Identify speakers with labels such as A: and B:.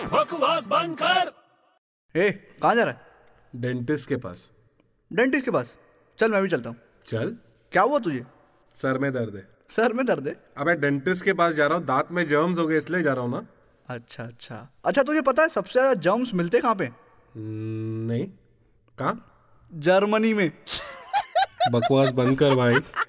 A: आवाज बंद कर
B: ए कहाँ जा रहा है
C: डेंटिस्ट के पास
B: डेंटिस्ट के पास चल मैं भी चलता हूँ
C: चल
B: क्या हुआ तुझे
C: सर में दर्द है
B: सर में दर्द है
C: अबे डेंटिस्ट के पास जा रहा हूँ दांत में जर्म्स हो गए इसलिए जा रहा हूँ ना
B: अच्छा अच्छा अच्छा तुझे पता है सबसे ज़्यादा जर्म्स मिलते कहाँ पे
C: नहीं कहाँ
B: जर्मनी में
C: बकवास बंद कर भाई